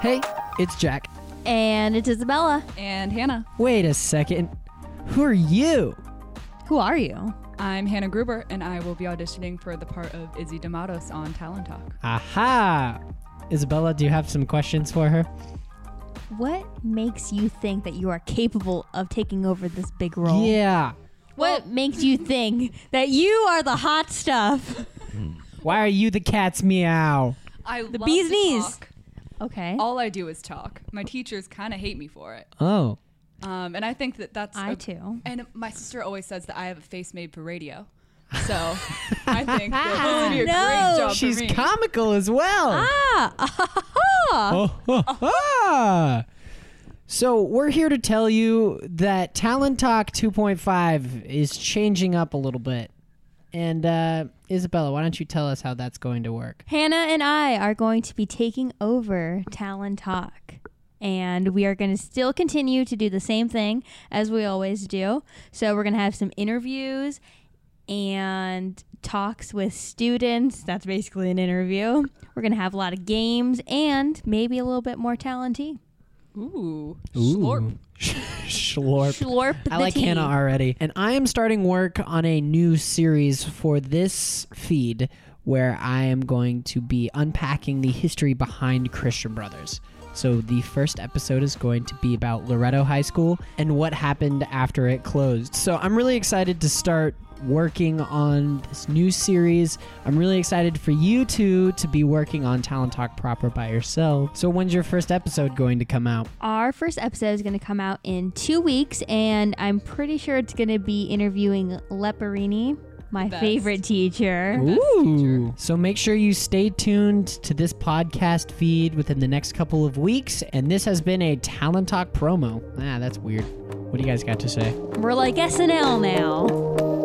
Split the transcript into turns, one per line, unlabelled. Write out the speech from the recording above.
Hey, it's Jack.
And it's Isabella.
And Hannah.
Wait a second. Who are you?
Who are you?
I'm Hannah Gruber, and I will be auditioning for the part of Izzy D'Amatos on Talent Talk.
Aha! Isabella, do you have some questions for her?
What makes you think that you are capable of taking over this big role?
Yeah.
What makes you think that you are the hot stuff?
Why are you the cat's meow?
I the
bee's knees. Okay.
All I do is talk. My teachers kind of hate me for it,
Oh.
um, and I think that that's.
I
a-
too.
And my sister always says that I have a face made for radio, so I think that this would be a
Ah, No.
great job
She's
for me.
comical as well.
Ah!
Oh, ha, ha. So we're here to tell you that Talent Talk 2.5 is changing up a little bit. And uh, Isabella, why don't you tell us how that's going to work?
Hannah and I are going to be taking over Talent Talk. And we are going to still continue to do the same thing as we always do. So we're going to have some interviews and talks with students. That's basically an interview. We're going to have a lot of games and maybe a little bit more talent tea.
Ooh, slurp.
Schlorp.
Schlorp the
I like
tea.
Hannah already. And I am starting work on a new series for this feed where I am going to be unpacking the history behind Christian Brothers. So the first episode is going to be about Loretto High School and what happened after it closed. So I'm really excited to start working on this new series. I'm really excited for you two to be working on Talent Talk proper by yourself. So when's your first episode going to come out?
Our first episode is going to come out in two weeks, and I'm pretty sure it's going to be interviewing Leperini, my
Best.
favorite teacher.
Ooh. So make sure you stay tuned to this podcast feed within the next couple of weeks. And this has been a Talent Talk promo. Ah, that's weird. What do you guys got to say?
We're like SNL now.